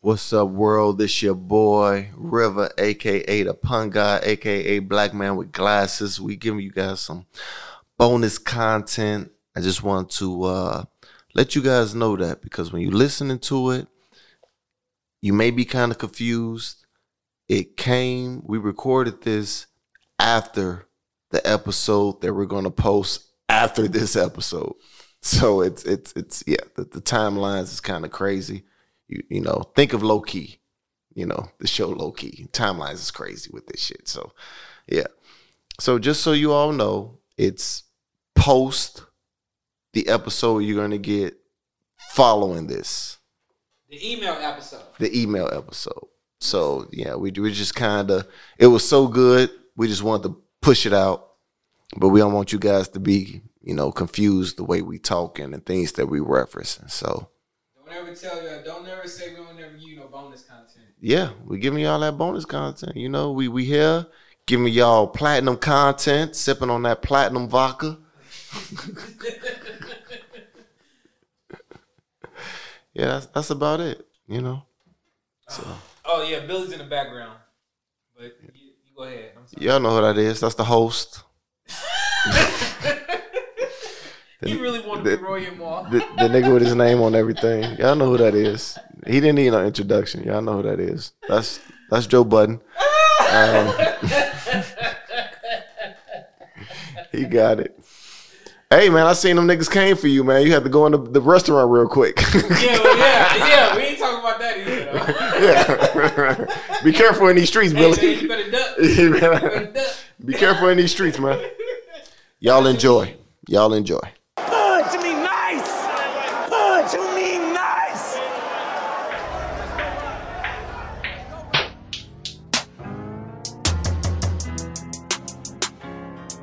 What's up, world? This your boy River, aka the Pun Guy, aka Black Man with Glasses. We giving you guys some bonus content. I just want to uh, let you guys know that because when you're listening to it, you may be kind of confused. It came, we recorded this after the episode that we're going to post after this episode. So it's it's it's yeah, the, the timelines is kind of crazy. You you know, think of low key. You know, the show low key. Timelines is crazy with this shit. So yeah. So just so you all know, it's post the episode you're gonna get following this, The email episode. the email episode. So yeah, we we just kind of it was so good. We just wanted to push it out, but we don't want you guys to be you know confused the way we talking and things that we referencing. So Don't ever tell you. Don't ever say we don't ever give you no bonus content. yeah, we giving y'all that bonus content. You know, we we here giving y'all platinum content, sipping on that platinum vodka. yeah, that's that's about it. You know, Oh yeah, Billy's in the background. But you, you go ahead. I'm sorry. y'all know who that is. That's the host. You really want to be Roy and Maul. the, the nigga with his name on everything. Y'all know who that is. He didn't need no introduction. Y'all know who that is. That's that's Joe Budden. Um, he got it. Hey man, I seen them niggas came for you, man. You had to go in the, the restaurant real quick. yeah, well, yeah, yeah. We ain't talking about that either. Though. yeah. Be careful in these streets, Hey, man, Billy. you better duck. You You better- better duck. Be careful in these streets, man. Y'all enjoy. Y'all enjoy. Good to me nice. Good to me nice.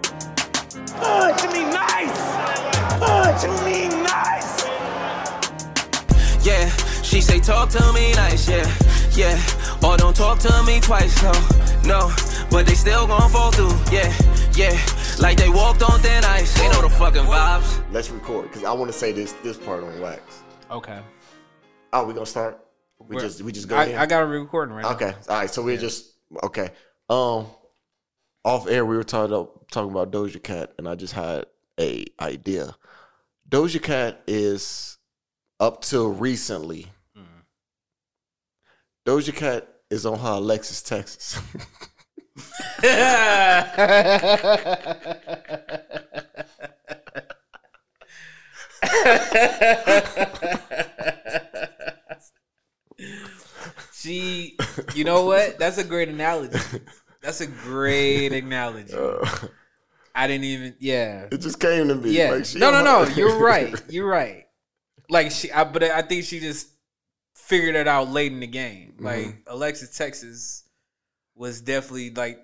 Good to me nice. Good to me nice. yeah. She say talk to me nice, yeah, yeah. Or don't talk to me twice, no, no. But they still gon' fall through, yeah, yeah. Like they walked on thin ice. They know the fucking vibes. Let's record because I want to say this this part on wax. Okay. Oh, we gonna start? We We're- just we just go in. got a recording right okay. All right. So we're just okay. Um, off air we were talking about, talking about Doja Cat, and I just had a idea. Doja Cat is up till recently. Mm. Doja Cat is on her Alexis Texas. She, you know what? That's a great analogy. That's a great analogy. Uh, I didn't even. Yeah. it just came to me. Yeah. Like, she no, no, on no. her- You're right. You're right. Like she, I, but I think she just figured it out late in the game. Mm-hmm. Like Alexis Texas was definitely like,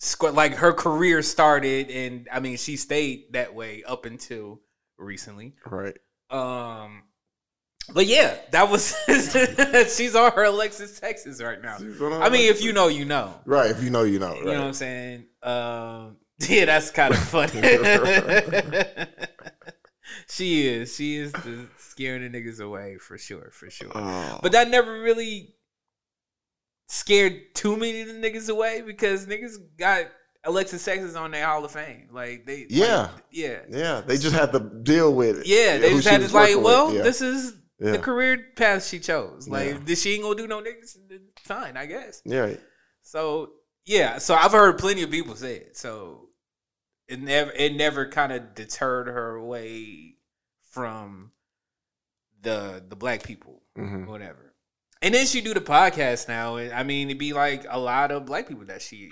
squ- like her career started, and I mean she stayed that way up until recently. right. Um, but yeah, that was she's on her Alexis Texas right now. She's on her I mean, if you know, you know. Right. If you know, you know. Right. You know what I'm saying? Um, yeah, that's kind of funny. she is. She is the scaring the niggas away for sure, for sure. Oh. But that never really scared too many of the niggas away because niggas got Alexis Texas on their Hall of Fame. Like they, like, Yeah. yeah, Yeah, they just had to deal with it. yeah. They who just she had was to like, working with. well, Yeah. this is Yeah. the career path she chose. Like, Yeah. this- she ain't gonna do no niggas. then Fine, I guess. yeah, So yeah, so I've heard plenty of people say it. So it never it never kind of deterred her away from the the black people, Mhm. whatever. And then she do the podcast now, and I mean it'd be like a lot of black people that she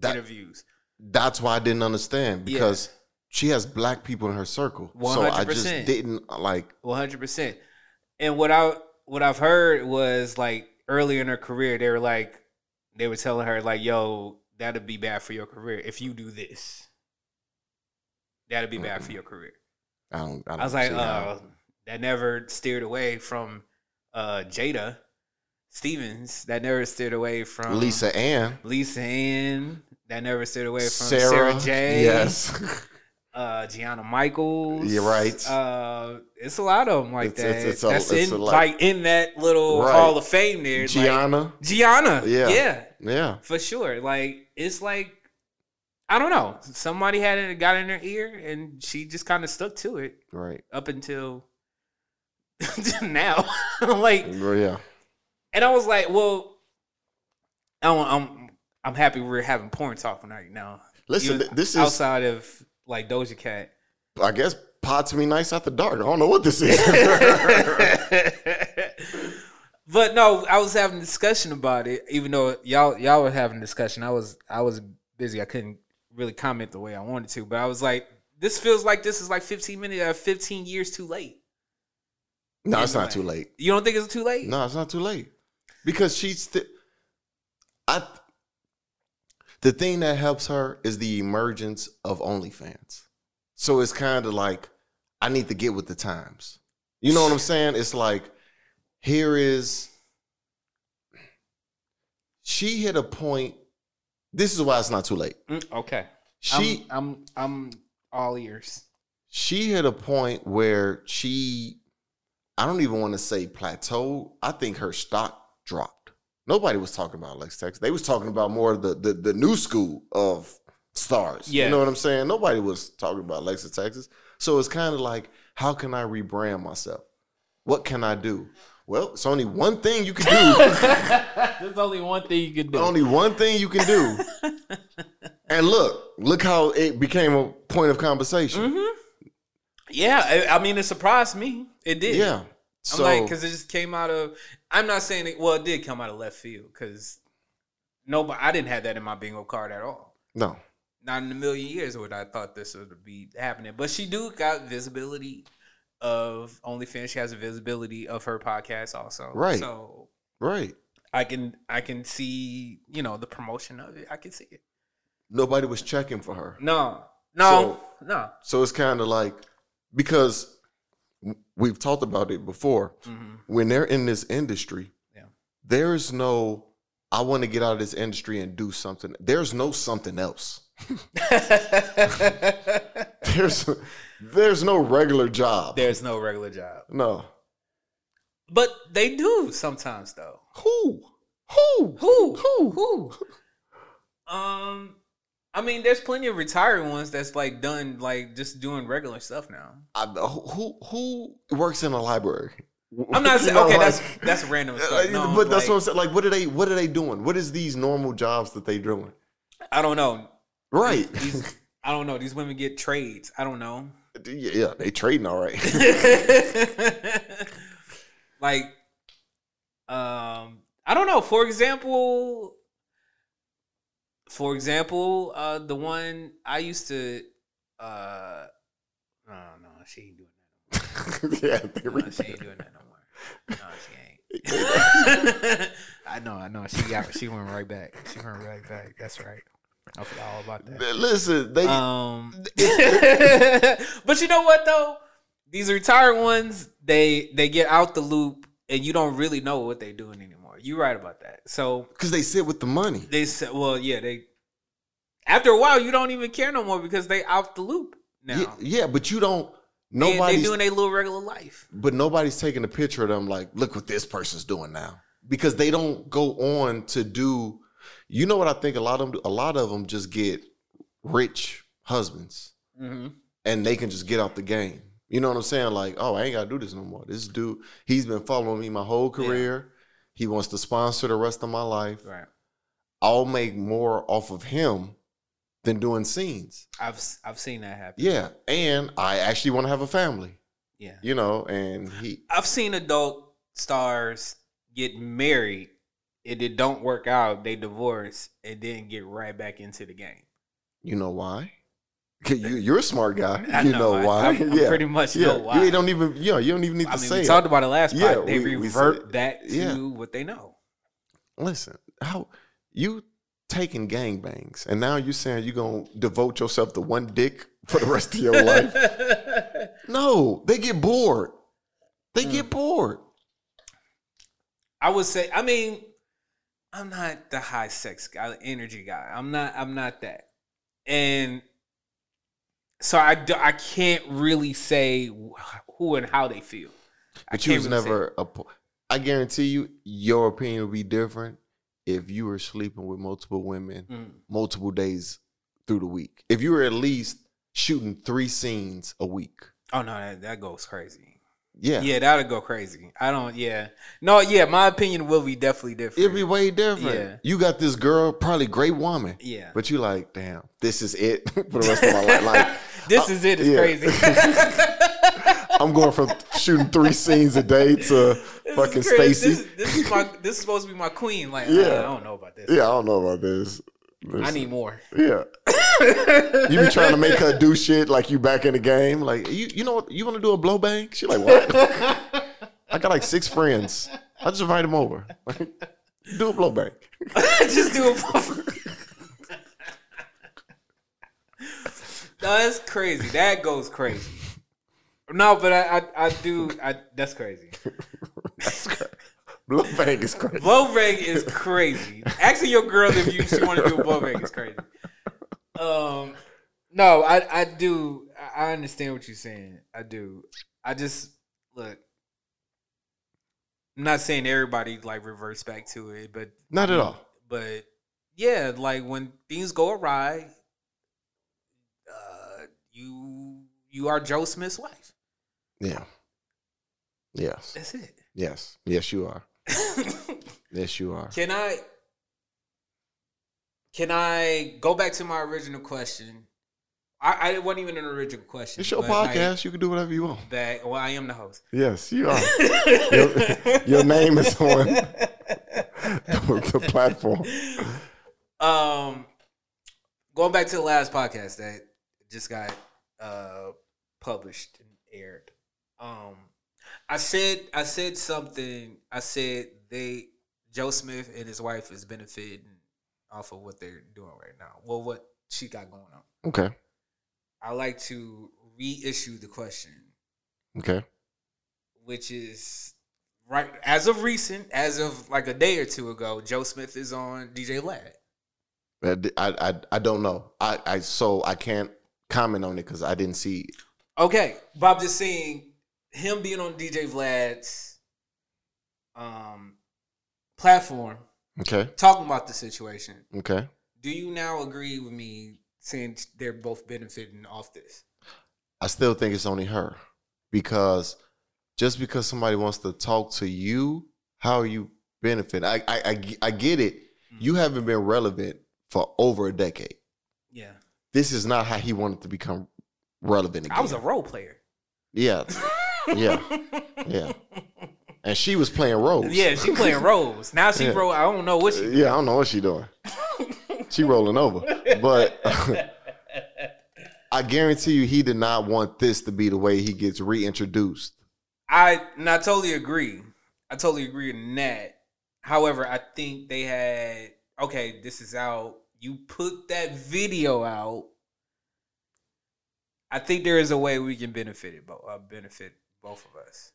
That- interviews. that's why I didn't understand Yeah. because she has black people in her circle, so I just 100%. didn't like. One hundred percent. And what I what I've heard was like earlier in her career, they were like they were telling her like, "Yo, that'd be bad for your career if you do this. That'd be bad for your career." I don't. I, don't I was like, see uh, how- that never steered away from uh, Jada Stevens. That never steered away from Lisa Ann, Lisa Ann. That never steered away from Sarah, Sarah, J. yes, uh Gianna Michaels. You're right. Uh, it's a lot of them like It's- that. it's- it's a- That's it's in a lot. like in that little Right. Hall of Fame there. Like, Gianna. Gianna. Yeah. Yeah. Yeah. Yeah. For sure. Like it's like I don't know. Somebody had it got in her ear and she just kind of stuck to it Right. up until now. like Yeah. and I was like, well, I don't, I'm I'm happy we're having porn talk right now. Listen, Even th- this is outside of like Doja Cat. I guess pot to me nice after dark. I don't know what this is. but no, I was having a discussion about it, even though y'all y'all were having a discussion. I was I was busy. I couldn't really comment the way I wanted to, but I was like, this feels like this is like 15 minutes uh, 15 years too late. no, it's not too late. You don't think it's too late? No, it's not too late because she's th- I. The thing that helps her is the emergence of OnlyFans. So it's kind of like I need to get with the times. You know what I'm saying? It's like here is she hit a point. This is why it's not too late. Mm, okay. She I'm I'm, I'm all ears. she hit a point where she i don't even want to say plateau i think her stock dropped nobody was talking about lex texas they was talking about more of the, the the new school of stars Yeah. you know what i'm saying nobody was talking about lex texas so it's kind of like how can i rebrand myself what can i do well it's only one thing you can do There's only one thing you could do. only one thing you can do and look look how it became a point of conversation yeah, I, I mean, it surprised me. It did. yeah Mm-hmm. I'm so like, because it just came out of. I'm not saying it. Well, it did come out of left field because nobody. I didn't have that in my bingo card at all. no Not in a million years would I thought this would be happening. But she do got visibility of OnlyFans. She has a visibility of her podcast also. Right. So right I can I can see you know the promotion of it. I can see it. nobody was checking for her. No. No. no. So it's kind of like because we've talked about it before. Mhm. When they're in this industry, Yeah. there is no I want to get out of this industry and do something. There's no something else. Mm-hmm. There's there's no regular job. There's no regular job. No. But they do sometimes though. Who? Who? Who? Who? Who? Um, I mean, there's plenty of retired ones that's like done like just doing regular stuff now. I, who who works in a library? I'm not You saying know, okay, like- that's that's random. as fuck. Like, No, but that's like, what I'm saying. Like, what are they? What are they doing? What is these normal jobs that they doing? I don't know. Right. These, I don't know. These women get trades. I don't know. yeah, yeah, they trading all right. like, um, I don't know. For example, for example, uh, the one I used to, uh, no, no, she ain't doing that. yeah, they No, re- she ain't doing that no more. No, she ain't. I know, I know. She got. She went right back. She went right back. That's right. I forgot all about that. Listen, they Um, but you know what though? These retired ones, they they get out the loop, and you don't really know what they're doing anymore. You're right about that. So because they sit with the money. they said, well, yeah, they. After a while, you don't even care no more because they out the loop now. Yeah, yeah, but you don't. They- they, Nobody's, doing their little regular life. but nobody's taking a picture of them. Like, look what this person's doing now, because they don't go on to do. You know what I think? A lot of them, do? a lot of them just get rich husbands, hmm and they can just get out the game. You know what I'm saying? Like, oh, I ain't gotta do this no more. This dude, he's been following me my whole career. He wants to sponsor the rest of my life. Right. I'll make more off of him than doing scenes. I've s- I've seen that happen. Yeah, and I actually want to have a family, Yeah. you know. And he, I've seen adult stars get married and it don't work out. They divorce and then get right back into the game. you know why? 'Cause You, you're a smart guy. I you know, I- why? I, am yeah, pretty much yeah. know why. You don't even, yeah, you don't even need I to mean, say. we it. talked about it last Yeah, pod. They we- we revert said- back to yeah. what they know. Listen, how you taking gangbangs, and now you're saying you're gonna devote yourself to one dick for the rest of your life? No, they get bored. They Mm. get bored. I would say, I mean, I'm not the high sex guy, energy guy. I'm not. I'm not that. And so I, d- I can't really say wh- who and how they feel. I But you can't was really say. never a. po- I guarantee you, your opinion would be different if you were sleeping with multiple women Mm. multiple days through the week. If you were at least shooting three scenes a week. Oh no, that, that goes crazy. Yeah. Yeah. that'll go crazy. I don't. Yeah, no. Yeah, my opinion will be definitely different. It'd be way different. Yeah. You got this girl, probably great woman. yeah, But you like, damn, this is it for the rest of my life. Like, uh, this is it. It's yeah. crazy. I'm going from shooting three scenes a day to This is fucking crazy. This, Stacy. this is my. This is supposed to be my queen. Like, Yeah. uh, I don't know about this. Yeah, I don't know about this. I need more. Yeah. you be trying to make her do shit like you back in the game. Like, you you know what? You want to do a blow bang? She like, what? I got like six friends. I just invite them over. do a blow bang. Just do it. no, that's crazy. That goes crazy. No, but I, I, I do. I that's crazy. That's cra- blow bang is crazy. Blow bang is crazy. Asking your girl if you she want to do a blow bang is crazy. Um, no, I I do. I- I understand what you're saying. I do. I just look. I'm not saying everybody like reverts back to it, but Not at all. but yeah, like when things go awry, uh, you you are Joe Smith's wife. Yeah. Yes. That's it. Yes. Yes, you are. Yes, you are. can I can I go back to my original question? I, I it wasn't even an original question. It's your but, like, podcast. you can do whatever you want. that well, I am the host. Yes, you are. Your- your name is on the, the platform. um going back to the last podcast that just got uh published and aired um i said i said something i said they joe smith and his wife is benefiting off of what they're doing right now well what she got going on Okay. i like to reissue the question Okay. which is right as of recent, as of like a day or two ago, Joe Smith is on DJ Lad. I, I, I- I don't know. I, I so I can't comment on it because I didn't see. Okay, Bob just saying him being on DJ Vlad's um platform Okay. talking about the situation. Okay. Do you now agree with me saying they're both benefiting off this? I still think it's only her because just because somebody wants to talk to you, how are you benefit? I I, I ge- I get it. Mm. You haven't been relevant for over a decade. Yeah, This is not how he wanted to become relevant again. I was a role player. yeah, yeah, yeah. And she was playing roles. Yeah, she playing roles now. She Yeah. wrote. I don't know what she. Yeah, I don't know what she doing. she rolling over, but I guarantee you, he did not want this to be the way he gets reintroduced. I and I totally agree. I totally agree in that. However, I think they had okay, this is out. You put that video out. I think there is a way we can benefit it, but uh, benefit both of us.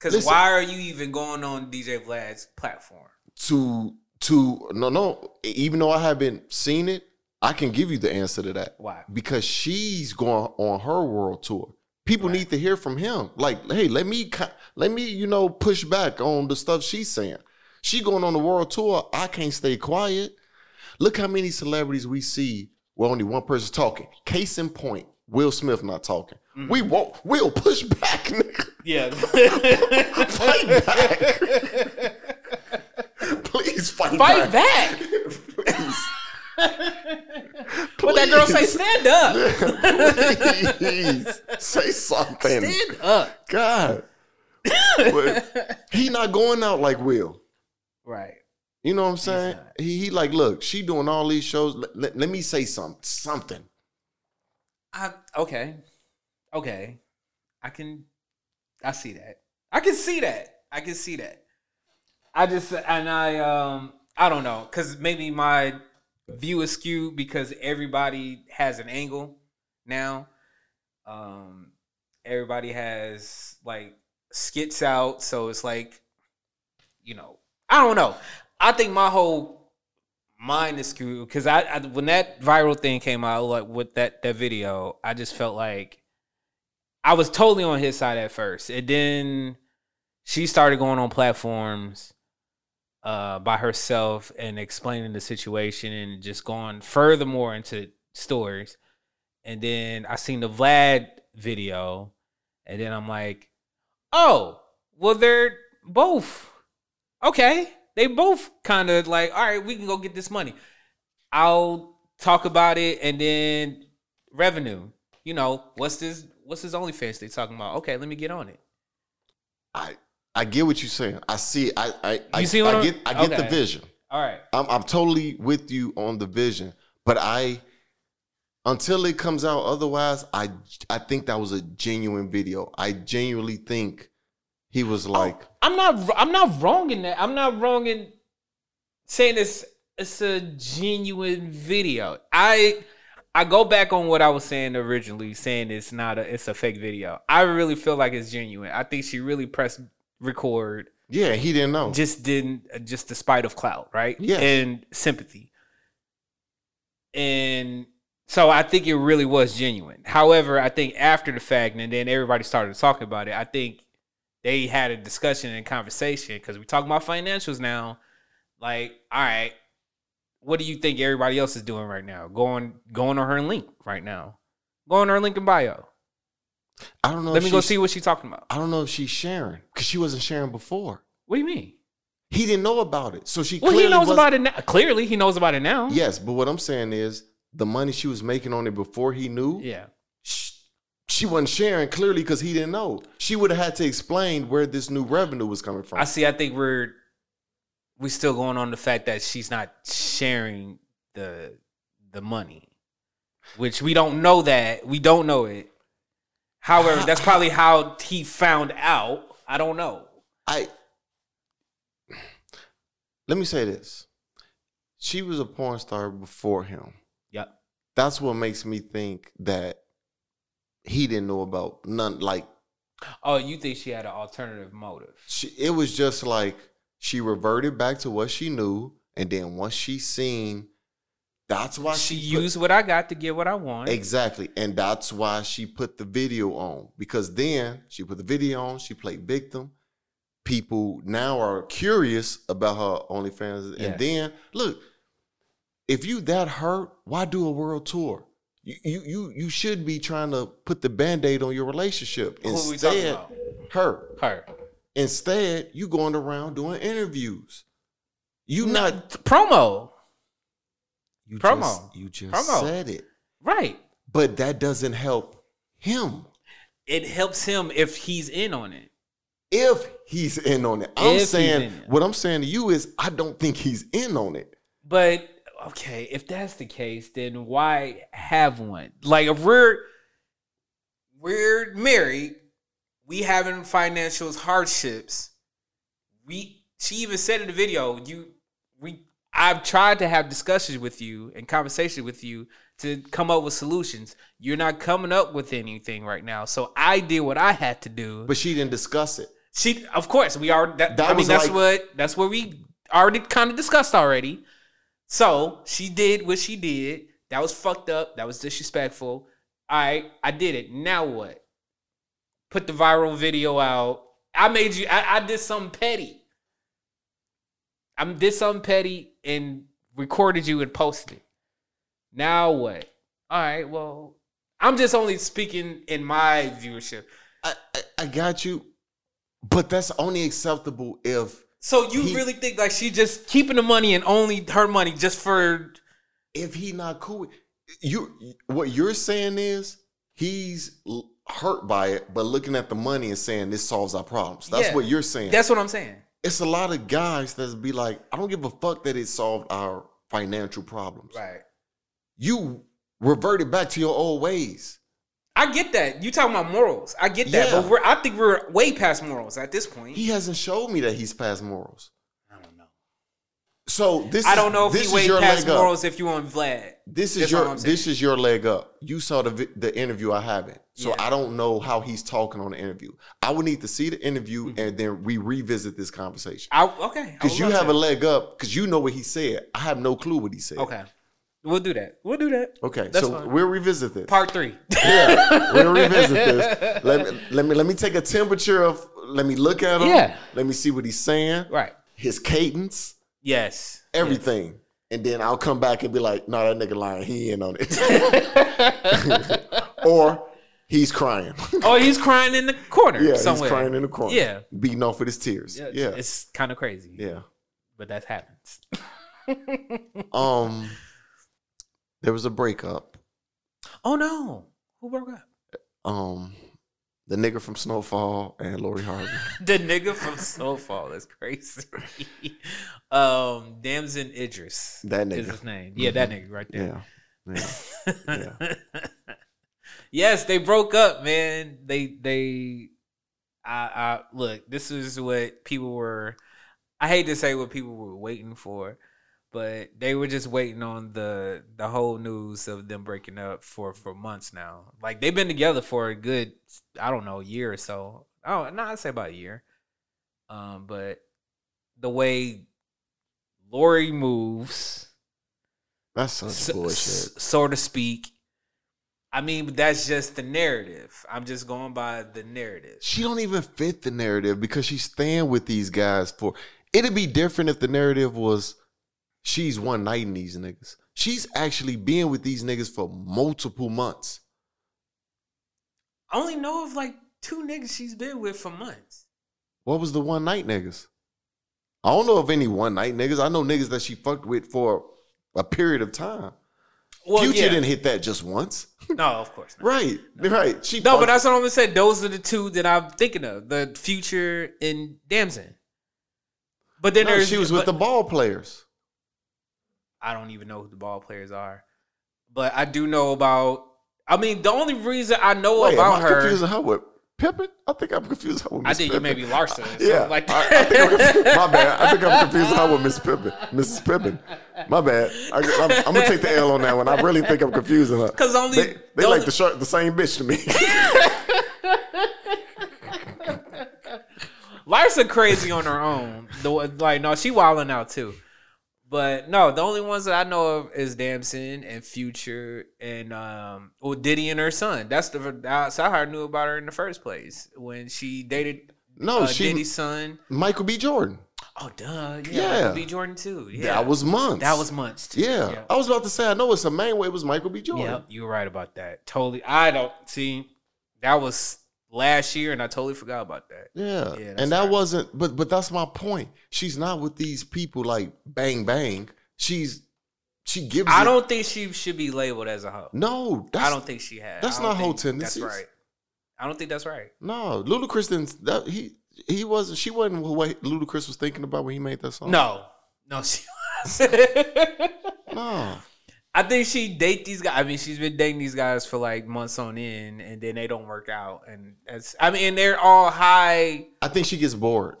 Because Listen. why are you even going on DJ Vlad's platform? To to no no, even though I haven't seen it, I can give you the answer to that Why? because she's going on her world tour. People need to hear from him. Like, hey, let me co- let me you know push back on the stuff she's saying. She going on the world tour. I can't stay quiet. Look how many celebrities we see where only one person's talking. Case in point, Will Smith not talking. Mm-hmm. We won't. We'll push back, nigga. Yeah. Fight back. Please fight, back. Fight back. Please. What that girl say, stand up. Please say something. Stand up. God. But he not going out like Will. Right. You know what I'm saying? not. He, he like, look, she doing all these shows. Let, let, let me say something. Something. I okay, okay, I can, I see that. I can see that. I can see that. I just and I um I don't know because maybe my view is skewed because everybody has an angle now. Um, everybody has like skits out, so it's like, you know, I don't know. I think my whole mine is skewed because I, I when that viral thing came out, like with that that video, I just felt like I was totally on his side at first, and then she started going on platforms uh, by herself and explaining the situation and just going furthermore into stories. And then I seen the Vlad video, and then I'm like, oh, well, they're both okay. They both kind of like, all right, we can go get this money. I'll talk about it, and then revenue. You know, what's this? What's this OnlyFans they talking about? Okay, let me get on it. I I get what you're saying. I see. I I I, You see what I I'm- get. I get the okay. vision. All right, I'm I'm totally with you on the vision, but I until it comes out otherwise, I I think that was a genuine video. I genuinely think he Oh, was like, I'm not. I'm not wrong in that. I'm not wrong in saying it's it's a genuine video. I I go back on what I was saying originally, saying it's not a it's a fake video. I really feel like it's genuine. I think she really pressed record, yeah, he didn't know. just didn't just despite of clout, right? Yes. and sympathy, and. So I think it really was genuine. However, I think after the fact, and then everybody started talking about it. I think they had a discussion and conversation because we talking about financials now. Like, all right, what do you think everybody else is doing right now? Going going on her link right now. Go on her link in bio. I don't know. Let if me go she's- see what she's talking about. I don't know if she's sharing because she wasn't sharing before. What do you mean? He didn't know about it, so she. Well, clearly he knows was- about it now. Clearly, he knows about it now. Yes, but what I'm saying is the money she was making on it before he knew. Yeah. sh- she wasn't sharing clearly because he didn't know. She would have had to explain where this new revenue was coming from. I see. I think we're we still going on the fact that she's not sharing the the money, which we don't know that we don't know it. However, that's probably how he found out. I don't know. I let me say this: she was a porn star before him. Yep. That's what makes me think that he didn't know about none. Like Oh, you think she had an alternative motive? she, it was just like she reverted back to what she knew, and then once she seen, that's why She she, put- used what I got to get what I want. Exactly. And that's why she put the video on. Because then she put the video on, she played victim. People now are curious about her OnlyFans. And Yes. then look, if you that hurt, why do a world tour? You you you, you should be trying to put the band-aid on your relationship. Who are we Instead, talking about? her. Her. Instead, you going around doing interviews. You not promo. you promo. Just, you just Promo. said it. Right. But that doesn't help him. It helps him if he's in on it. if he's in on it. I'm If he's saying in it. what I'm saying to you is I don't think he's in on it. But okay, if that's the case, then why have one? Like if we're we're married, we having financial hardships. We she even said in the video, you we I've tried to have discussions with you and conversation with you to come up with solutions. You're not coming up with anything right now. So I did what I had to do. But she didn't discuss it. She, of course, we are. That, That I mean, was that's like- what that's what we already kind of discussed already. So she did what she did. That was fucked up. That was disrespectful. I I did it. Now what? Put the viral video out. I made you. I, I did something petty. I did something petty and recorded you and posted it. Now what? All right. Well, I'm just only speaking in my viewership. I, I, I got you. But that's only acceptable if So you He- really think like she just keeping the money and only her money just for if he not cool. with- You what you're saying is he's l- hurt by it, but looking at the money and saying this solves our problems. That's Yeah. what you're saying. that's what I'm saying. it's a lot of guys that be like, I don't give a fuck that it solved our financial problems. Right. You reverted back to your old ways. I get that. You talking about morals. I get that. Yeah. But we're I think we're way past morals at this point. He hasn't showed me that he's past morals. I don't know. So this I is- don't know if this he is weighed your past leg up. morals if you on Vlad. This is That's all your I'm saying. this is your leg up. You saw the vi- the interview I haven't, so Yeah. I don't know how he's talking on the interview. I would need to see the interview and then we revisit this conversation Mm-hmm. I okay. because you have a leg up because you know what he said. I have no clue what he said. okay. We'll do that. We'll do that. okay. That's so fine. we'll revisit this. Part three. yeah, we'll revisit this. Let me, let me let me take a temperature of. Let me look at him. Yeah. Let me see what he's saying. right. His cadence, Yes. everything, and then I'll come back and be like, "No, that nigga lying. He in on it." or he's crying. Oh, he's crying in the corner yeah, somewhere. he's crying in the corner. Yeah. beating off with his tears. Yeah, yeah. It's kind of crazy. But that happens. Um, there was a breakup. Oh no. Who broke up? Um, the nigga from Snowfall and Lori Harvey. The nigga from Snowfall. That's crazy. um Damson Idris. That Is nigga. his name. Yeah, that nigga right there. Yeah, yeah. Yeah. yes, they broke up, man. They they I I look, this is what people were I hate to say what people were waiting for, but they were just waiting on the the whole news of them breaking up for for months now. Like they've been together for a good I don't know, year or so. Oh, no, I'd say about a year. Um, but the way Lori moves, That's such bullshit. so to speak. I mean, but that's just the narrative. I'm just going by the narrative. she don't even fit the narrative because she's staying with these guys for it'd be different if the narrative was she's one nighting these niggas. She's actually being with these niggas for multiple months. I only know of like two niggas she's been with for months. What was the one night niggas? I don't know of any one night niggas. I know niggas that she fucked with for a period of time. Well, Future yeah. didn't hit that just once. No, of course not. Right. Right. She No, but fucked- that's what I'm gonna say. Those are the two that I'm thinking of: the future and Damson. But then No, there's she was with but- the ball players. I don't even know who the ball players are, but I do know about. I mean, the only reason I know Wait, about am I her, confusing her with Pippin? I think I'm confusing her with I Miss think you may Pippin. be Larson. or something Yeah, like I, that. I think I'm confused. my bad. I think I'm confusing her with Miss Pippin, Mrs. Pippin. My bad. I, am gonna take the L on that one. I really think I'm confusing her. 'Cause only- they, they the like only- the shark, the same bitch to me. Larsa crazy on her own. The one- like no, she wilding out too. But no, the only ones that I know of is Damson and Future and um well Diddy and her son. That's the that's how I knew about her in the first place when she dated no, uh, Oh, she Diddy's son. Michael B. Jordan. Oh duh, yeah, Yeah. Michael B Jordan too. Yeah, That was months. that was months too. Yeah. I was about to say. I know it's a main way. It was Michael B. Jordan. Yep, you were right about that. Totally. I don't see that was last year and I totally forgot about that. Yeah. Yeah, that's and that right. wasn't. But but that's my point. She's not with these people like bang bang. She's she gives. I it- don't think she should be labeled as a hoe. No, that's, I don't think she has. that's I don't not whole think tendencies. That's right. I don't think that's right. No, Ludacris didn't. That, he he wasn't. She wasn't what Ludacris was thinking about when he made that song. No, no, she was. no. I think she date these guys. I mean, she's been dating these guys for like months on end, and then they don't work out. And that's, I mean, and they're all high. I think she gets bored.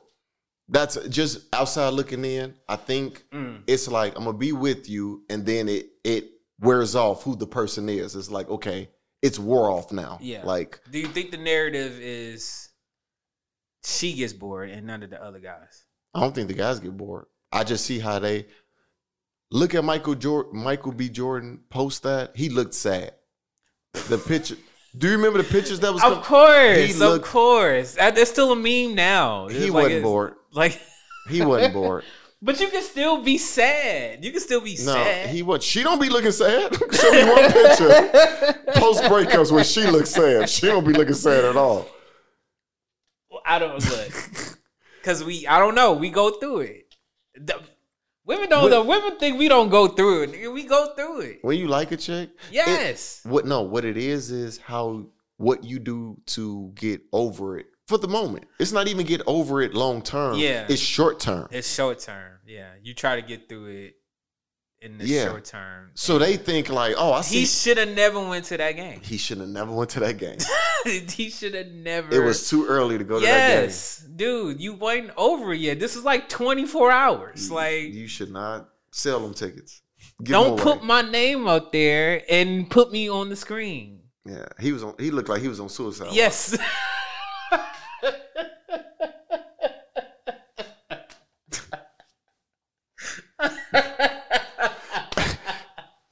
That's just outside looking in. I think Mm, it's like I'm gonna be with you, and then it it wears off who the person is. It's like okay, it's wore off now. Yeah. like Do you think the narrative is she gets bored and none of the other guys? I don't think the guys get bored. I just see how they look at Michael Jordan. Michael B. Jordan post that he looked sad. The picture. Do you remember the pictures that was? Of com- course, he looked- of course. That- That's still a meme now. He It's like wasn't it's- bored. Like, He wasn't bored. but you can still be sad. You can still be No, sad. he was. She don't be looking sad. Show me one picture post breakups where she looks sad. She don't be looking sad at all. Well, I don't look because we. I don't know. We go through it. The- women don't. The women think we don't go through it. nigga. We go through it. When you like a chick, Yes. what? No, what it is is how what you do to get over it for the moment. It's not even get over it long term. Yeah. it's short term. it's short term. Yeah, you try to get through it in the Yeah. short term. So they think like, oh, I see. He should have never went to that game. he should have never went to that game. he should have never. it was too early to go to yes, dude, you wasn't over yet. This is like 24 that hours. game. Like, you should not sell them tickets. Give don't them away. put my name out there and put me on the screen. Yeah, he was on. He looked like he was on suicide. watch. Yes.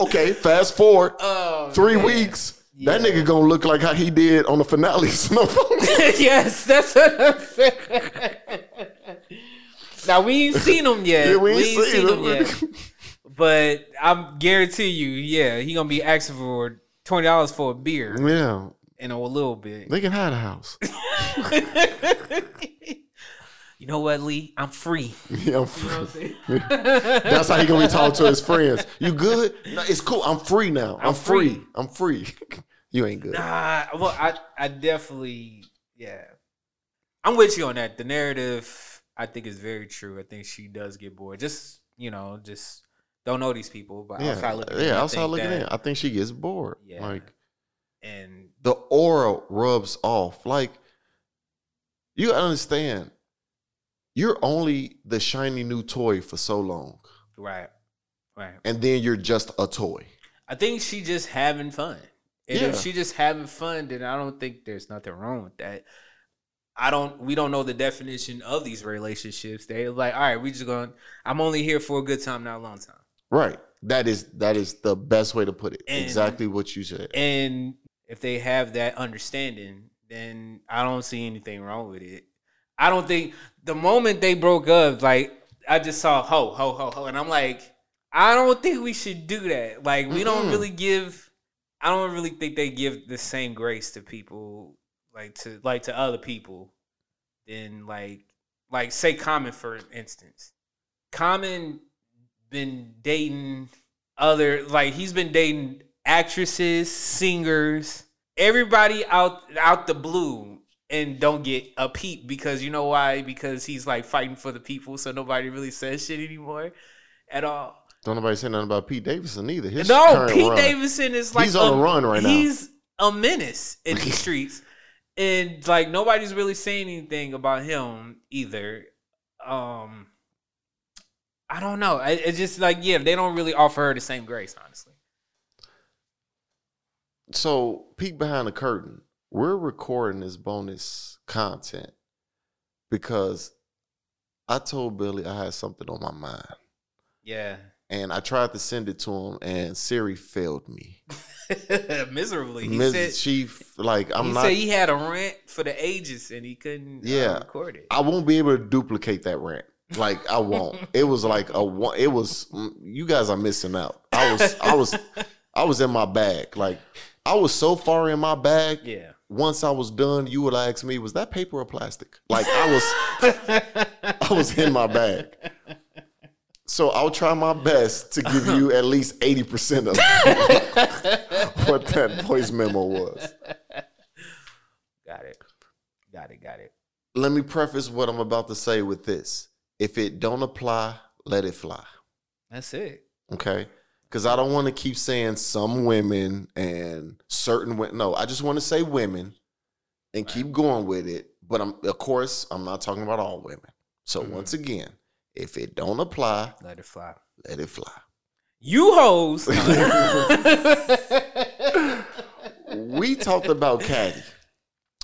Okay, fast forward Oh, three weeks. That nigga gonna look like how he did on the finale. of Snowfall. yes, that's what I'm saying. now we ain't seen him yet. Yeah, we ain't, seen, them. him, yet. But I'm guarantee you, yeah, he gonna be asking for twenty dollars for a beer yeah, in a little bit. they can hide a house. you know what, Lee? I'm free. Yeah, I'm You know free. what I'm saying? That's how he gonna be talking to his friends. You good? No, it's cool. I'm free now. I'm, I'm free. free. I'm free. you ain't good. Nah, well, I, I definitely, yeah. I'm with you on that. The narrative, I think, is very true. I think she does get bored. Just, you know, just don't know these people, but outside looking in, yeah, I outside think looking that- in. I think she gets bored. Yeah. Like And the aura rubs off. Like you gotta understand, you're only the shiny new toy for so long, right, right. and then you're just a toy. I think she just having fun. And Yeah. if she just having fun, then I don't think there's nothing wrong with that. I don't we don't know the definition of these relationships. They're like, all right, we just going to I'm only here for a good time, not a long time. Right. That is that is the best way to put it. And- exactly what you said. And if they have that understanding, then I don't see anything wrong with it. I don't think the moment they broke up, like I just saw ho ho ho ho, and I'm like, I don't think we should do that. Like we don't Mm-mm. really give. I don't really think they give the same grace to people, like to like to other people, than like like say Common for instance. Common been dating other like he's been dating actresses, singers, everybody out out the blue and don't get a peep because you know why? Because he's like fighting for the people, so nobody really says shit anymore at all. Don't nobody say nothing about Pete Davidson either. His no, current Pete run. Davidson is like He's on a run right now. He's a menace in the streets, and like nobody's really saying anything about him either. Um, I don't know. I, it's just like yeah, they don't really offer her the same grace, honestly. so peek behind the curtain. We're recording this bonus content because I told Billy I had something on my mind, Yeah, and I tried to send it to him, and Siri failed me. miserably. He Miss said Chief, like I'm he not. said he had a rant for the ages and he couldn't yeah Yeah. record it. I won't be able to duplicate that rant. Like I won't. it was like a one. It was mm, you guys are missing out. I was. I was. I was in my bag. Like I was so far in my bag. Yeah. Once I was done, you would ask me, "Was that paper or plastic?" Like I was. I was in my bag. So I'll try my best to give you at least 80% of what that voice memo was. Got it. Got it. Got it. Let me preface what I'm about to say with this. If it don't apply, let it fly. That's it. Okay? Cuz I don't want to keep saying some women and certain women. No, I just want to say women and keep going with it, but I'm of course, I'm not talking about all women. So Mhm. once again, if it don't apply, Let it fly. let it fly. You hoes. we talked about caddy.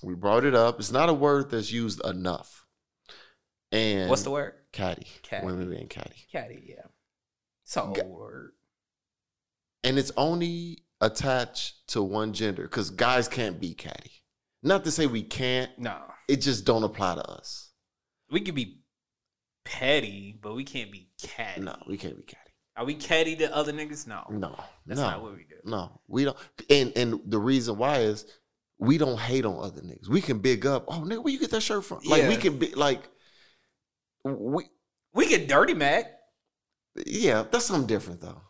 We brought it up. It's not a word that's used enough. And What's the word? Caddy. Caddy. Women being caddy. Caddy. Yeah. It's an Ga- old word. And it's only attached to one gender because guys can't be caddy. Not to say we can't, No, it just don't apply to us. we could be petty, but we can't be catty. No, we can't be caddy. Are we catty to other niggas? No. No. That's no. not what we do. No, we don't. And and the reason why is we don't hate on other niggas. We can big up. Oh nigga, where you get that shirt from? Like we Yeah. can be like, we We get dirty Mac, yeah, that's something different though.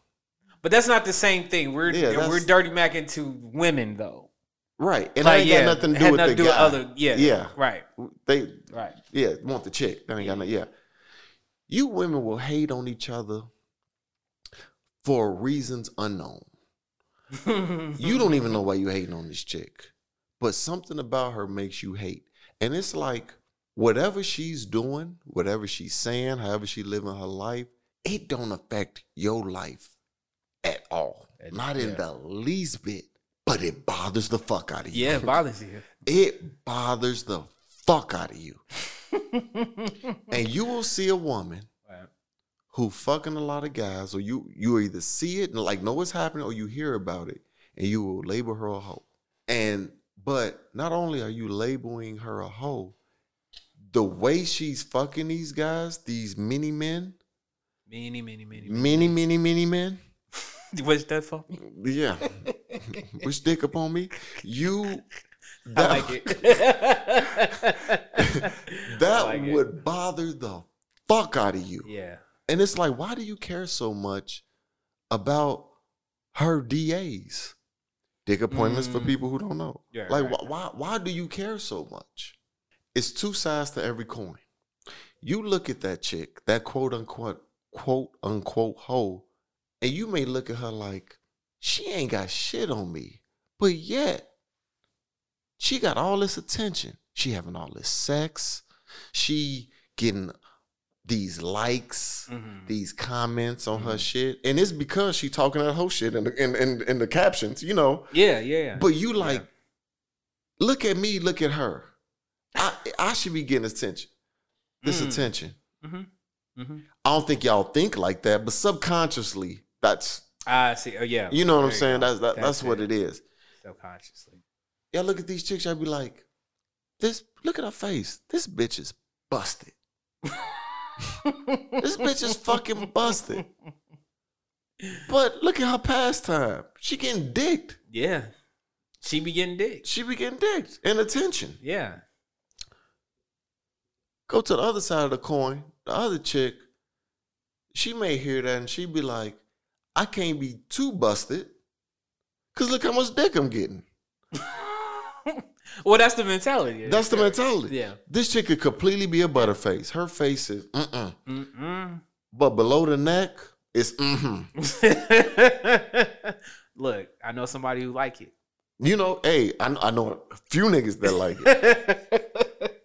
but that's not the same thing. We're Yeah, that's- we're dirty Mac into women though. Right, and I Like, ain't yeah, got nothing to had do with the nothing to do with guy. other- yeah, yeah, Right. they Right. yeah want the chick. That ain't got no yeah. You women will hate on each other for reasons unknown. you don't even know why you hating on this chick, but something about her makes you hate. And it's like whatever she's doing, whatever she's saying, however she living her life, it don't affect your life at all. It- Not in yeah. the least bit. But it bothers the fuck out of you. Yeah, it bothers you. It bothers the fuck out of you. and you will see a woman Right. who fucking a lot of guys, or you you either see it and like know what's happening, or you hear about it, and you will label her a hoe. And but not only are you labeling her a hoe, the way she's fucking these guys, these many men, Many, many, many. many, many, many men. What's that for? Yeah. Which dick up on me. You I that, like it. that like it. would bother the fuck out of you. Yeah. And it's like, why do you care so much about her DAs? Dick appointments for people who don't know. Mm. Yeah, like, right. wh- why, why do you care so much? It's two sides to every coin. You look at that chick, that quote unquote, quote unquote hoe, and you may look at her like, she ain't got shit on me. But yet, she got all this attention. She having all this sex. She getting these likes, Mm-hmm. these comments on her shit, and it's because she talking that whole shit in the, in, in, in the captions, you know. Yeah, yeah, yeah. But you like, look at me, look at her. I I should be getting attention. This Mm. attention. Mm-hmm. I don't think y'all think like that, but subconsciously, that's I see. Oh, yeah. you know what I'm There you saying. go. That's that, that's, what it is. Subconsciously. Y'all look at these chicks, y'all be like, this. Look at her face. This bitch is busted. this bitch is fucking busted. But look at her pastime. She getting dicked. Yeah. She be getting dick. She be getting dicked and attention. Yeah. go to the other side of the coin, the other chick, she may hear that and she be like, I can't be too busted. Cause look how much dick I'm getting. Well, that's the mentality. That's the mentality. Yeah. This chick could completely be a butterface. Her face is mm-mm. Mm-mm. But below the neck, it's mm-hmm. Look, I know somebody who like it. You know, hey, I, I know a few niggas that like it.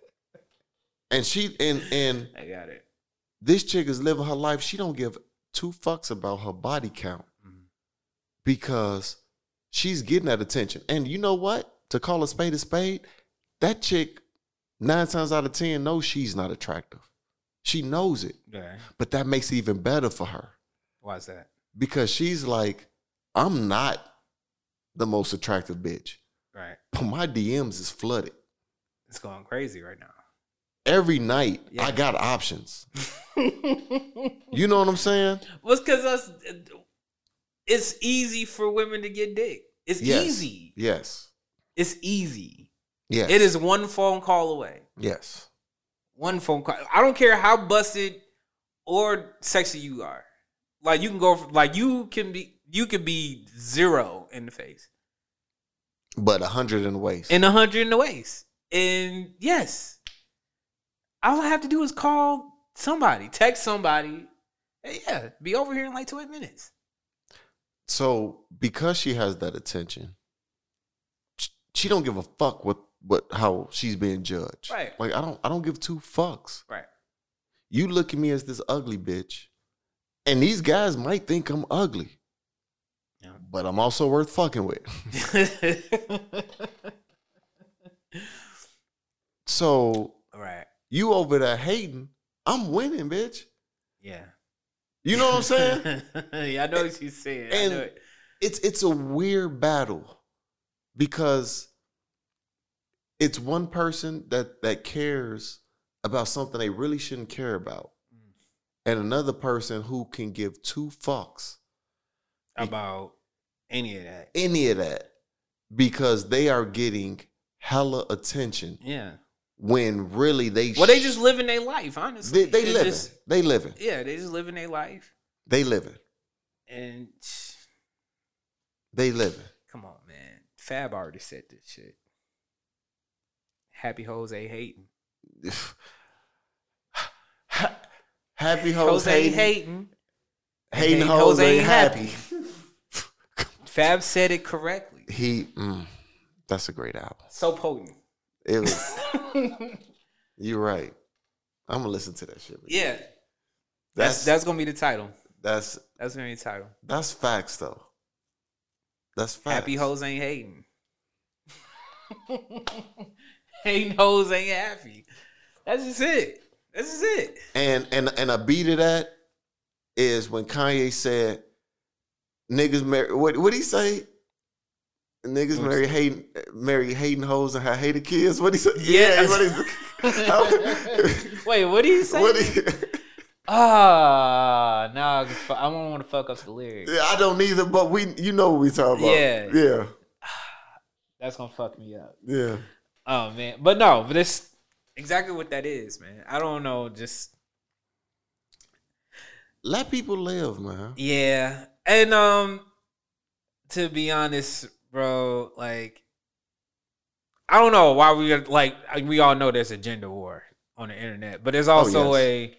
and she and and I got it. this chick is living her life. She don't give two fucks about her body count Mm-hmm. because she's getting that attention. And you know what? To call a spade a spade, that chick nine times out of ten knows she's not attractive. She knows it, Yeah. but that makes it even better for her Why's that? because she's like, I'm not the most attractive bitch, Right. but my DMs is flooded It's going crazy right now. every night. Yeah. I got options. you know what I'm saying? Well, it's because us. It's easy for women to get dick. It's Yes. easy. Yes. It's easy. Yes. It is one phone call away. Yes. One phone call. I don't care how busted or sexy you are. Like you can go. From, like you can be. You could be zero in the face But a hundred in ways. and a hundred in the waist. And yes, all I have to do is call somebody, text somebody. and yeah, be over here in like twenty minutes. so because she has that attention, sh- she don't give a fuck what what how she's being judged. Right. Like I don't I don't give two fucks. Right. You look at me as this ugly bitch, and these guys might think I'm ugly. Yeah. But I'm also worth fucking with. So right. you over there hating, I'm winning, bitch. Yeah. You know what I'm saying? yeah, I know what she's saying. I And- know it. it's it's a weird battle because it's one person that that cares about something they really shouldn't care about and another person who can give two fucks about any of that. any of that because they are getting hella attention Yeah. when really they Well, they sh- just living their life, honestly. they, they It's living just- they living yeah, they just living their life, they living and they living come on, man. Fab already said this shit. Happy hoes ain't hating. happy hoes Hoes ain't hating hating. Hating Ain't hoes Jose ain't happy. Fab said it correctly. He, mm, that's a great album. So potent. It was. you're right. I'm gonna listen to that shit. Yeah. That's That's that's that's gonna be the title. that's That's gonna be the title. that's facts though. That's facts. Happy hoes ain't hating. hating hoes ain't happy. That's just it. That's just it. And and and a beat of that is when Kanye said, "Niggas marry." What what he say? Niggas marry hating, marry hating hoes and have hated kids. What he say? Yeah. that's what Wait, what do you he. say? what he, Ah, no, I fu- I don't want to fuck up the lyrics. Yeah, I don't either, but we, you know what we talking about. Yeah. yeah, That's gonna fuck me up. yeah. Oh man, but no, but it's exactly what that is, man. I don't know, just Let people live, man. yeah, and um, to be honest, bro, like I don't know why we are like we all know there's a gender war on the internet, but there's also a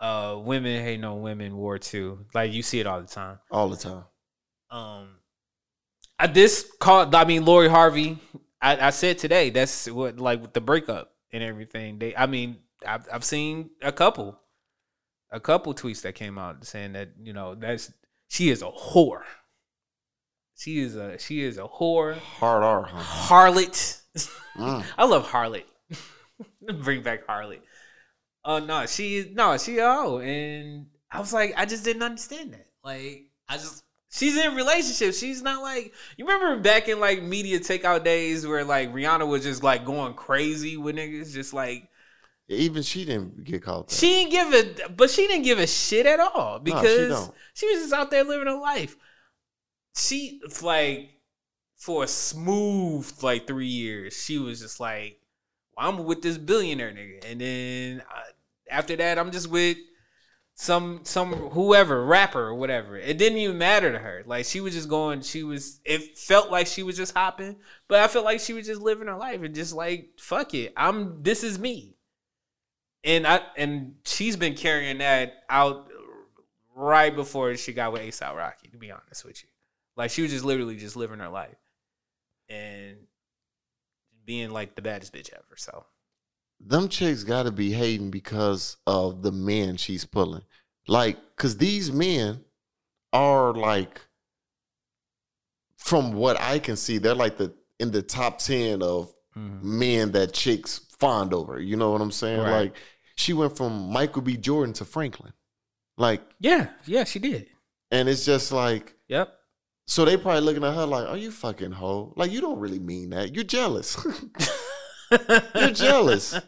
uh women hating on women war too. Like you see it all the time. All the time. Um, I this called. I mean, Lori Harvey. I, I said today that's what like with the breakup and everything. They, I mean, I've I've seen a couple, a couple tweets that came out saying that you know that's she is a whore. She is a she is a whore, Hard R, huh? harlot. Mm. I love harlot. Bring back harlot. Oh no, she is no, she oh, and I was like, I just didn't understand that. Like, I just she's in a relationship. She's not like you remember back in like media takeout days where like Rihanna was just like going crazy with niggas, just like Even she didn't get caught. That. she didn't give a but she didn't give a shit at No, all she because don't. she was just out there living her life. She like for a smooth like three years, she was just like, well, "I'm with this billionaire nigga," and then I, after that, I'm just with some some whoever rapper or whatever. It didn't even matter to her. Like she was just going. She was. It felt like she was just hopping, but I felt like she was just living her life and just like fuck it. I'm this is me, and I and she's been carrying that out right before she got with ASAP Rocky. To be honest with you, like she was just literally just living her life and being like the baddest bitch ever. So Them chicks gotta be hating because of the men she's pulling. Like, cause these men are like, from what I can see, they're like the in the top ten of men that chicks fond over. You know what I'm saying? Right. Like, she went from Michael B. Jordan to Franklin. Like, yeah, yeah, she did. and it's just like Yep. So they probably looking at her like, "Are you fucking hoe? Like you don't really mean that. You're jealous. You're jealous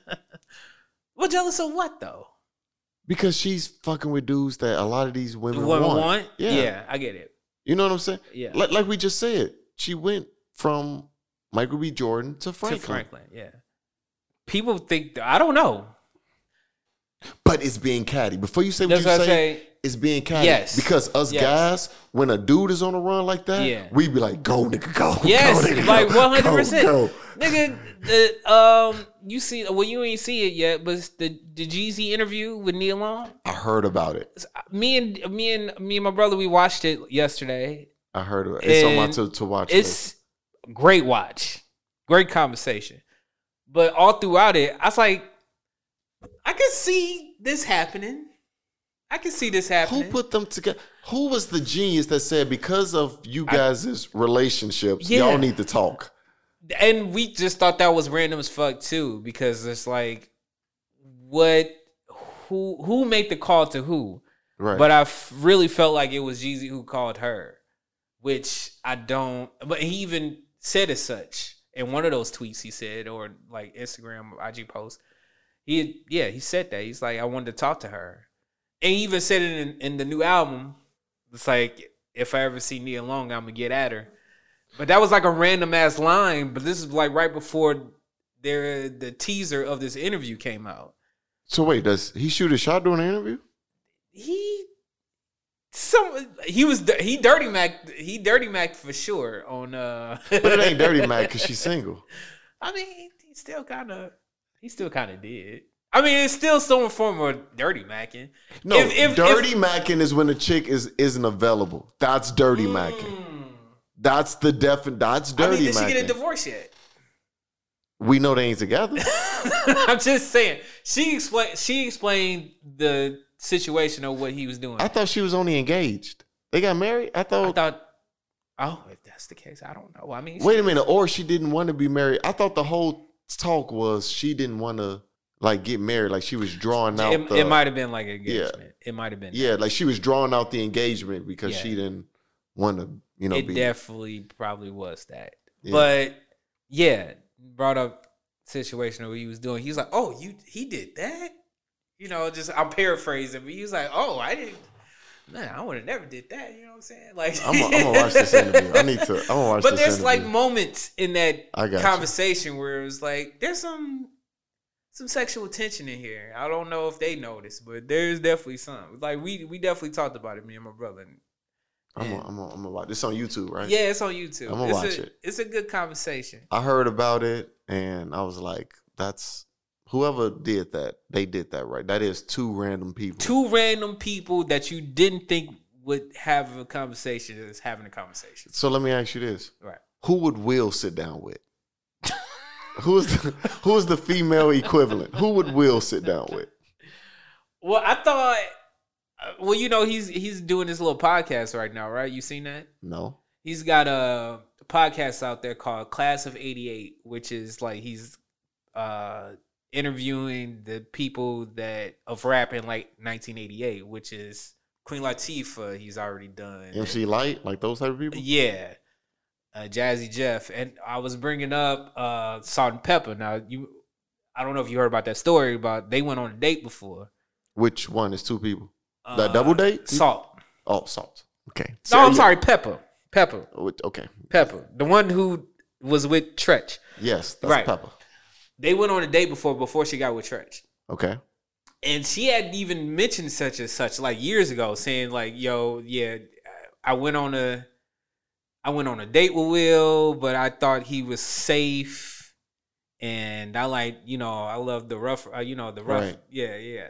Well, jealous of what though? because she's fucking with dudes that a lot of these women What want. want? Yeah. Yeah. I get it. You know what I'm saying? Yeah, Like, like we just said, she went from Michael B. Jordan to Franklin. to Franklin. Yeah, people think I don't know. But it's being catty. Before you say what That's you what I say, say. it's being catty. Yes. Because us Yes. guys, when a dude is on a run like that, Yeah. we be like, "Go, nigga, go." Yes, go, nigga, like go, one hundred percent, go, go." nigga. The, um, you see, well, you ain't see it yet, but it's the the Jeezy interview with Neil Long, I heard about it. It's- me and me and me and my brother, we watched it yesterday. I heard about it. It's on my And to, to watch list. It's great watch, great conversation, but all throughout it, I was like, I can see this happening. I can see this Who happening. put them together? Who was the genius that said because of you guys' relationships, y'all Yeah. need to talk? and we just thought that was random as fuck too because it's like what who who made the call to who Right. but i f- really felt like it was jeezy who called her which i don't but he even said as such in one of those tweets he said or like instagram or ig post he yeah he said that he's like i wanted to talk to her and he even said it in, in the new album it's like if i ever see nia long i'm gonna get at her but that was like a random ass line. But this is like right before their the teaser of this interview came out. so wait, does he shoot a shot during the interview? He some he was he dirty mac he dirty mac for sure on uh But it ain't dirty, Mac, because she's single. I mean he still kind of he still kind of did. I mean, it's still some form of dirty macking. No, If- if- dirty if- macking is when a chick is isn't available. That's dirty macking. That's the defin. That's Hmm. I dirty mean, did macking. she get a divorce yet? we know they ain't together. I'm just saying. She explained. She explained the situation of what he was doing. I thought she was only engaged. They got married. I thought. I thought, oh, if that's the case, I don't know. I mean, wait a minute. Or she didn't want to be married. I thought the whole talk was she didn't want to like get married. Like she was drawing out. it, the, it might have been like an engagement. It might have been. Yeah, like she was drawing out the engagement because she Yeah. didn't want to. You know. it be, definitely probably was that. Yeah. But yeah, brought up situation of what he was doing. He was like, "Oh, you he did that." You know, just I'm paraphrasing, but he was like, "Oh, I didn't." Man, I would have never did that. You know what I'm saying? Like, I'm gonna I'm watch this interview. I need to. I'm gonna watch But this there's like interview. moments in that I got you. conversation where it was like, there's some some sexual tension in here. I don't know if they noticed, but there's definitely some. Like we we definitely talked about it, me and my brother. And I'm gonna I'm gonna- I'm gonna watch this on YouTube, right? Yeah, it's on YouTube. I'ma it's watch a, it. It's a good conversation. I heard about it and I was like, that's whoever did that, they did that right. That is two random people. Two random people that you didn't think would have a conversation is having a conversation. So let me ask you this. Right. Who would Will sit down with? who's the who's the female equivalent? Who would Will sit down with? Well, I thought. uh, Well, you know he's he's doing this little podcast right now, right? You seen that? No. He's got a podcast out there called Class of 88, which is like he's uh interviewing the people that of rap in like 1988, which is Queen Latifah, he's already done. MC Light, like those type of people? Yeah. Uh, Jazzy Jeff and I was bringing up uh Salt and Pepper. Now you I don't know if you heard about that story about they went on a date before. Which one is two people? Uh, That double date? Salt. Oh, salt. Okay. No, I'm sorry, Pepper. Pepper. Which- Okay. Pepper. The one who was with Tretch. Yes, that's Right. Pepper. they went on a date before before she got with Tretch. Okay. And she hadn't even mentioned such and such like years ago, saying like, "Yo, yeah, I went on a, I went on a date with Will, but I thought he was safe, and I like, you know, I love the rough, uh, you know, the rough, Right. yeah, yeah."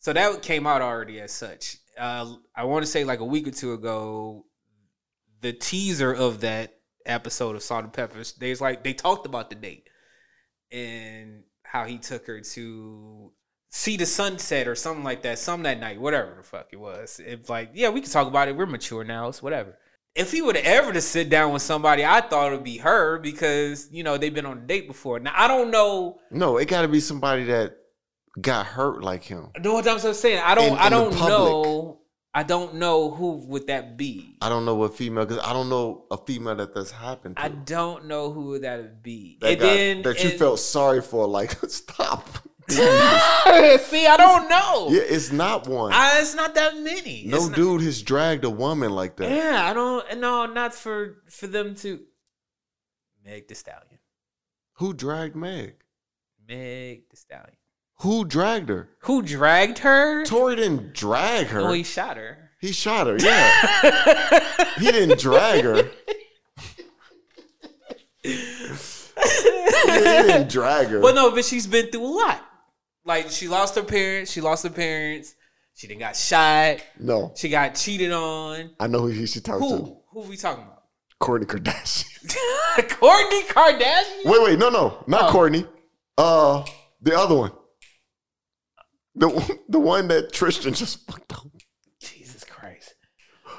So that came out already as such. Uh, I want to say like a week or two ago, the teaser of that episode of Salt and Peppers, they was like they talked about the date and how he took her to see the sunset or something like that, some that night, whatever the fuck it was. It's like, yeah, we can talk about it. We're mature now. It's whatever. If he would ever to sit down with somebody, I thought it would be her because you know they've been on a date before. Now I don't know. No, it gotta be somebody that got hurt like him. No, what I'm saying, I don't. In- I in the don't public. know. I don't know who would that be. I don't know what female because I don't know a female that that's happened to. I don't know who that would be. that, and got- then that you and- felt sorry for. Like, stop. See, I don't know. Yeah, it's not one. Oh. I, it's not that many. no It's not- Eh. dude has dragged a woman like that. Yeah, I don't. No, not for for them to. Meg the Stallion. Who dragged Meg? Meg the Stallion. Who dragged her? Who dragged her? Tori didn't drag her. Oh, he he, shot her. shot her. Yeah, he didn't drag her. he didn't drag her. But no, but she's been through a lot. Like she lost her parents. She lost her parents. She didn't got shot. no, She got cheated on. I know who he should talk to. Who? Who we talking about? Courtney Kardashian. Kourtney Kardashian. wait, wait, no, no, not Oh. Courtney. Uh, the other one. The one- the one that Tristan just fucked up. Jesus Christ.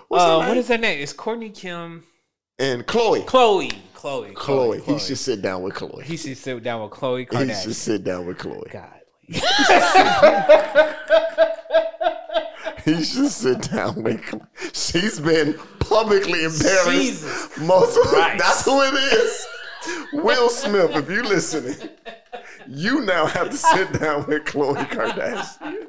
What's her uh, name? what is her name? It's Courtney Kim. and Chloe. Chloe. Chloe. Chloe. He should sit down with Chloe. He should sit down with Chloe He Kardashian. should sit down with Chloe. God. He should sit down with Chloe. She's been publicly embarrassed. Jesus Most of Christ. that's who it is. Will Smith, if you listening, you now have to sit down with Chloe Kardashian.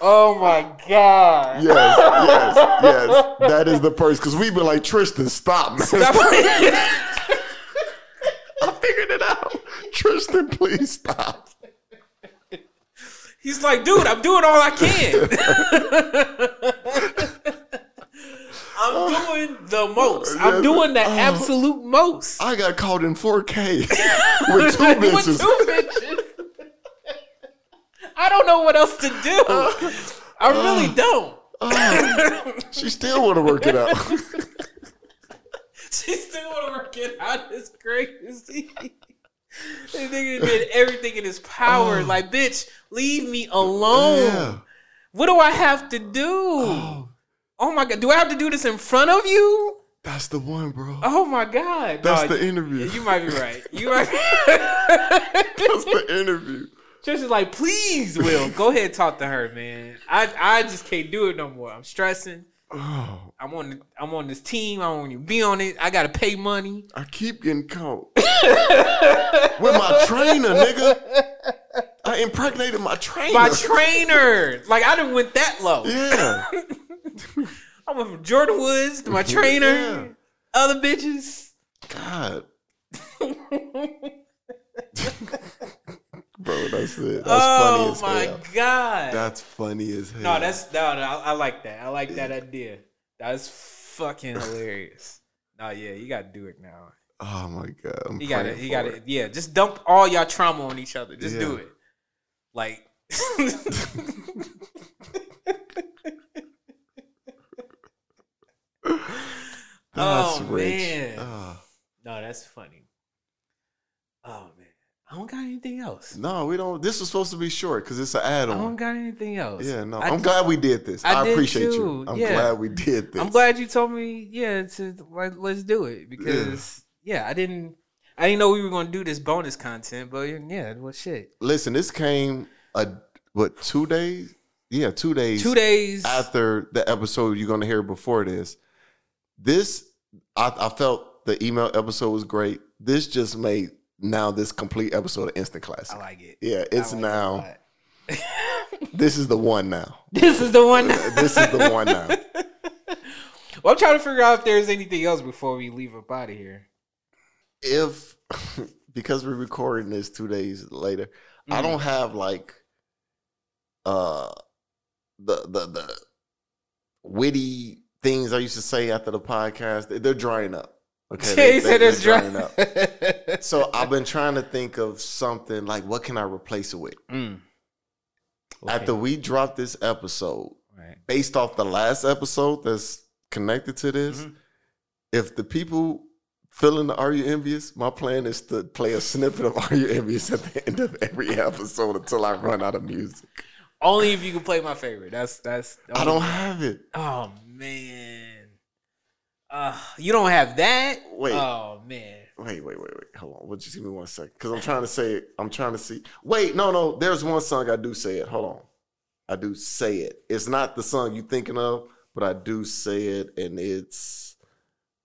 Oh my God. Yes, yes, yes. That is the person. Because we've been like, Tristan, stop, man. I figured it out. Tristan, please stop. He's like, dude, I'm doing all I can. I'm doing the the most. I'm doing the Uh, absolute most. I got caught in 4K with two bitches. With two bitches. I don't know what else to do. I really don't. She still want to work it out. She still want to work it out. It's crazy. This nigga did everything in his power. Like, bitch, leave me alone. yeah. What do I have to do? Oh. Oh, my god, do I have to do this in front of you? that's the one, bro. Oh my god, that's No, the interview. You might be right. You might. Be- that's the interview. Trish is like, please, Will, go ahead and talk to her, man. I I just can't do it no more. I'm stressing. Oh, I'm on I'm on this team. I want to be on it. I gotta pay money. I keep getting caught with my trainer, nigga. I impregnated my trainer. My trainer, like I didn't went that low. yeah. I went from Jordan Woods to my trainer, Yeah. other bitches. God. Bro, that's it. That's funny oh as my hell. god. That's funny as hell. no, that's no, no I, I like that. I like that idea. That's fucking hilarious. No, yeah, you gotta do it now. Oh my god. I'm He got it. praying He for got it. it. Yeah, just dump all y'all trauma on each other. Just do Yeah. it. Like, That's Oh, rich. man. Ah. no, that's funny. Oh man, I don't got anything else. no, we don't. This was supposed to be short because it's an I don't add-on. got anything else. Yeah, no. Oh I I, am did- glad we did this. I I, did appreciate too, you. I'm yeah. glad we did this. I'm glad you told me. Yeah, to like, let's do it because yeah. I didn't. I didn't know we were gonna do this bonus content, but yeah, well, shit. Listen, this came a what two days? Yeah, two days. Two days. after the episode you're gonna hear before this. This I, I felt the email episode was great. This just made now this complete episode of instant classic. I like it. yeah, it's I like it a now. lot. This is the one now. This is the one. This is the one now. Well, I'm trying to figure out if there's anything else before we leave up out of here. if because we're recording this two days later, Mm. I don't have like uh the the the witty things I used to say after the podcast. They- They're drying up. Okay, Yeah, he said they're it's dry. So I've been trying to think of something like what can I replace it with? Mm. After we drop this episode, Right. based off the last episode that's connected to this, Mhm. if the people feeling the Are You Envious, my plan is to play a snippet of Are You Envious at the end of every episode until I run out of music. Only if you can play my favorite. That's that's. I don't have it. Oh man. Uh, you don't have that. Wait. Oh man. Wait, wait, wait, wait. Hold on. Would you give me one second? Because I'm trying to say it. I'm trying to see. Wait, no, no. There's one song I do say it. Hold on. I do say it. It's not the song you thinking of, but I do say it, and it's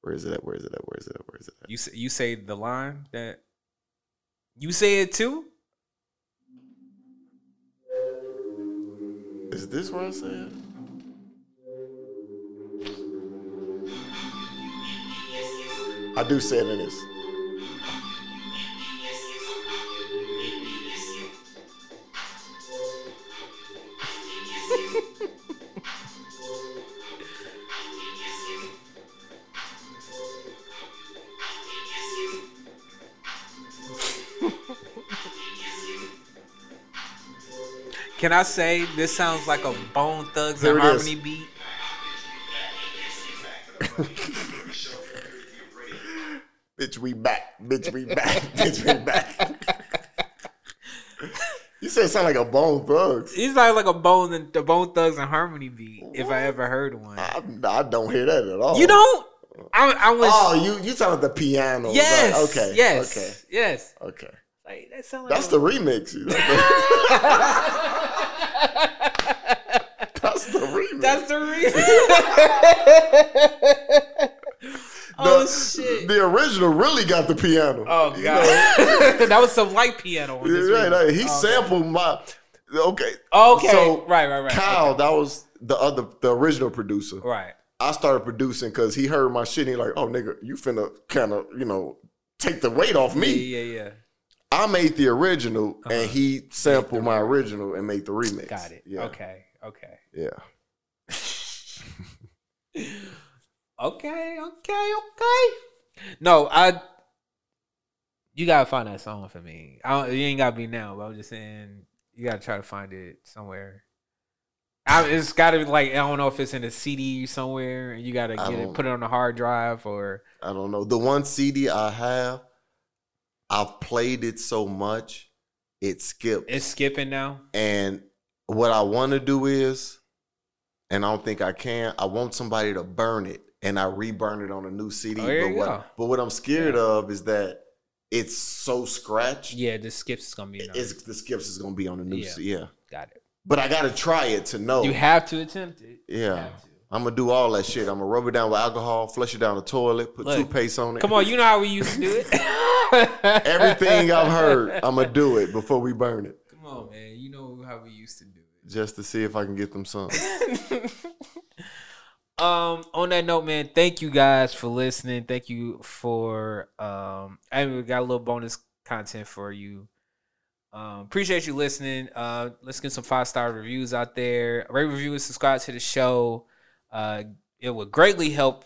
where is it at? Where is it at? Where is it at? Where is it at? You say, you say the line that. You say it too. Is this where I say it? I do say it in this. Can I say this sounds like a Bone Thugs There and it is. Harmony beat? Bitch, we back. Bitch, we back. Bitch, we back. you say it sound like a Bone Thugs. It's like like a Bone and the Bone Thugs and Harmony beat. If I ever heard one. I, I don't hear that at all. You don't. I, I was. Oh, you you talking about the piano? right? yes. Oh, Okay. Yes. Okay. Yes. Okay. Like that sounds like That's the remix. That's the remix. That's the reason. oh shit! The original really got the piano. oh god, You that was some light piano on this. know, right, remix. right. He Oh, God. sampled my. Okay. Okay, So right, right, right. Kyle, that was the other, the original producer. Right. I started producing because he heard my shit. And he like, oh nigga, you finna kind of, you know, take the weight off me. Yeah, yeah, yeah. I made the original, Uh-huh. and he sampled my original and made the remix. Got it. Yeah. Okay, okay. Yeah. Okay, okay, okay. No, I. You gotta find that song for me. I don't, you ain't gotta be now, but I'm just saying you gotta try to find it somewhere. I, it's gotta be like I don't know if it's in a CD somewhere, and you gotta I get it, don't- put it on a hard drive, or I don't know. The one CD I have, I've played it so much, it skipped. it's skipping now. and what I want to do is, and I don't think I can. I want somebody to burn it, and I reburn it on a new CD. Oh, there but you what, go. but what I'm scared of is that it's so scratched. Yeah, the skips is gonna be. another- It's the skips is gonna be on the new. Yeah. Yeah. yeah. Got it. But I gotta try it to know. You have to attempt it. yeah. have to. I'm gonna do all that shit. I'm gonna rub it down with alcohol, flush it down the toilet, put Look, toothpaste on it. Come on, you know how we used to do it. Everything I've heard, I'm gonna do it before we burn it, Come on, man. You know how we used to do it. just to see if I can get them some. um on that note man thank you guys for listening thank you for um i mean, we got a little bonus content for you um appreciate you listening uh let's get some five star reviews out there rate review and subscribe to the show uh it would greatly help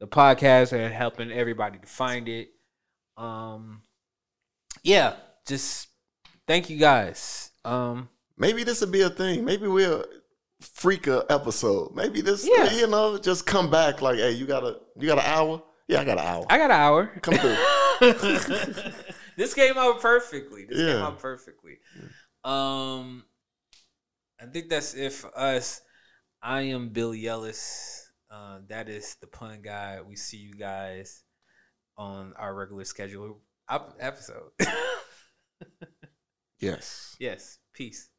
the podcast and helping everybody to find it um yeah just thank you guys um Maybe this will be a thing. Maybe we'll freak a episode. Maybe this, Yeah. you know, just come back like, hey, you got a, you got an hour? Yeah, I got an hour. i got an hour Come through. this came out perfectly. This came Yeah. out perfectly. Um, I think that's it for us. I am Bill Yellis. Uh, that is the pun guy. We see you guys on our regular schedule op- episode. yes. yes. Peace.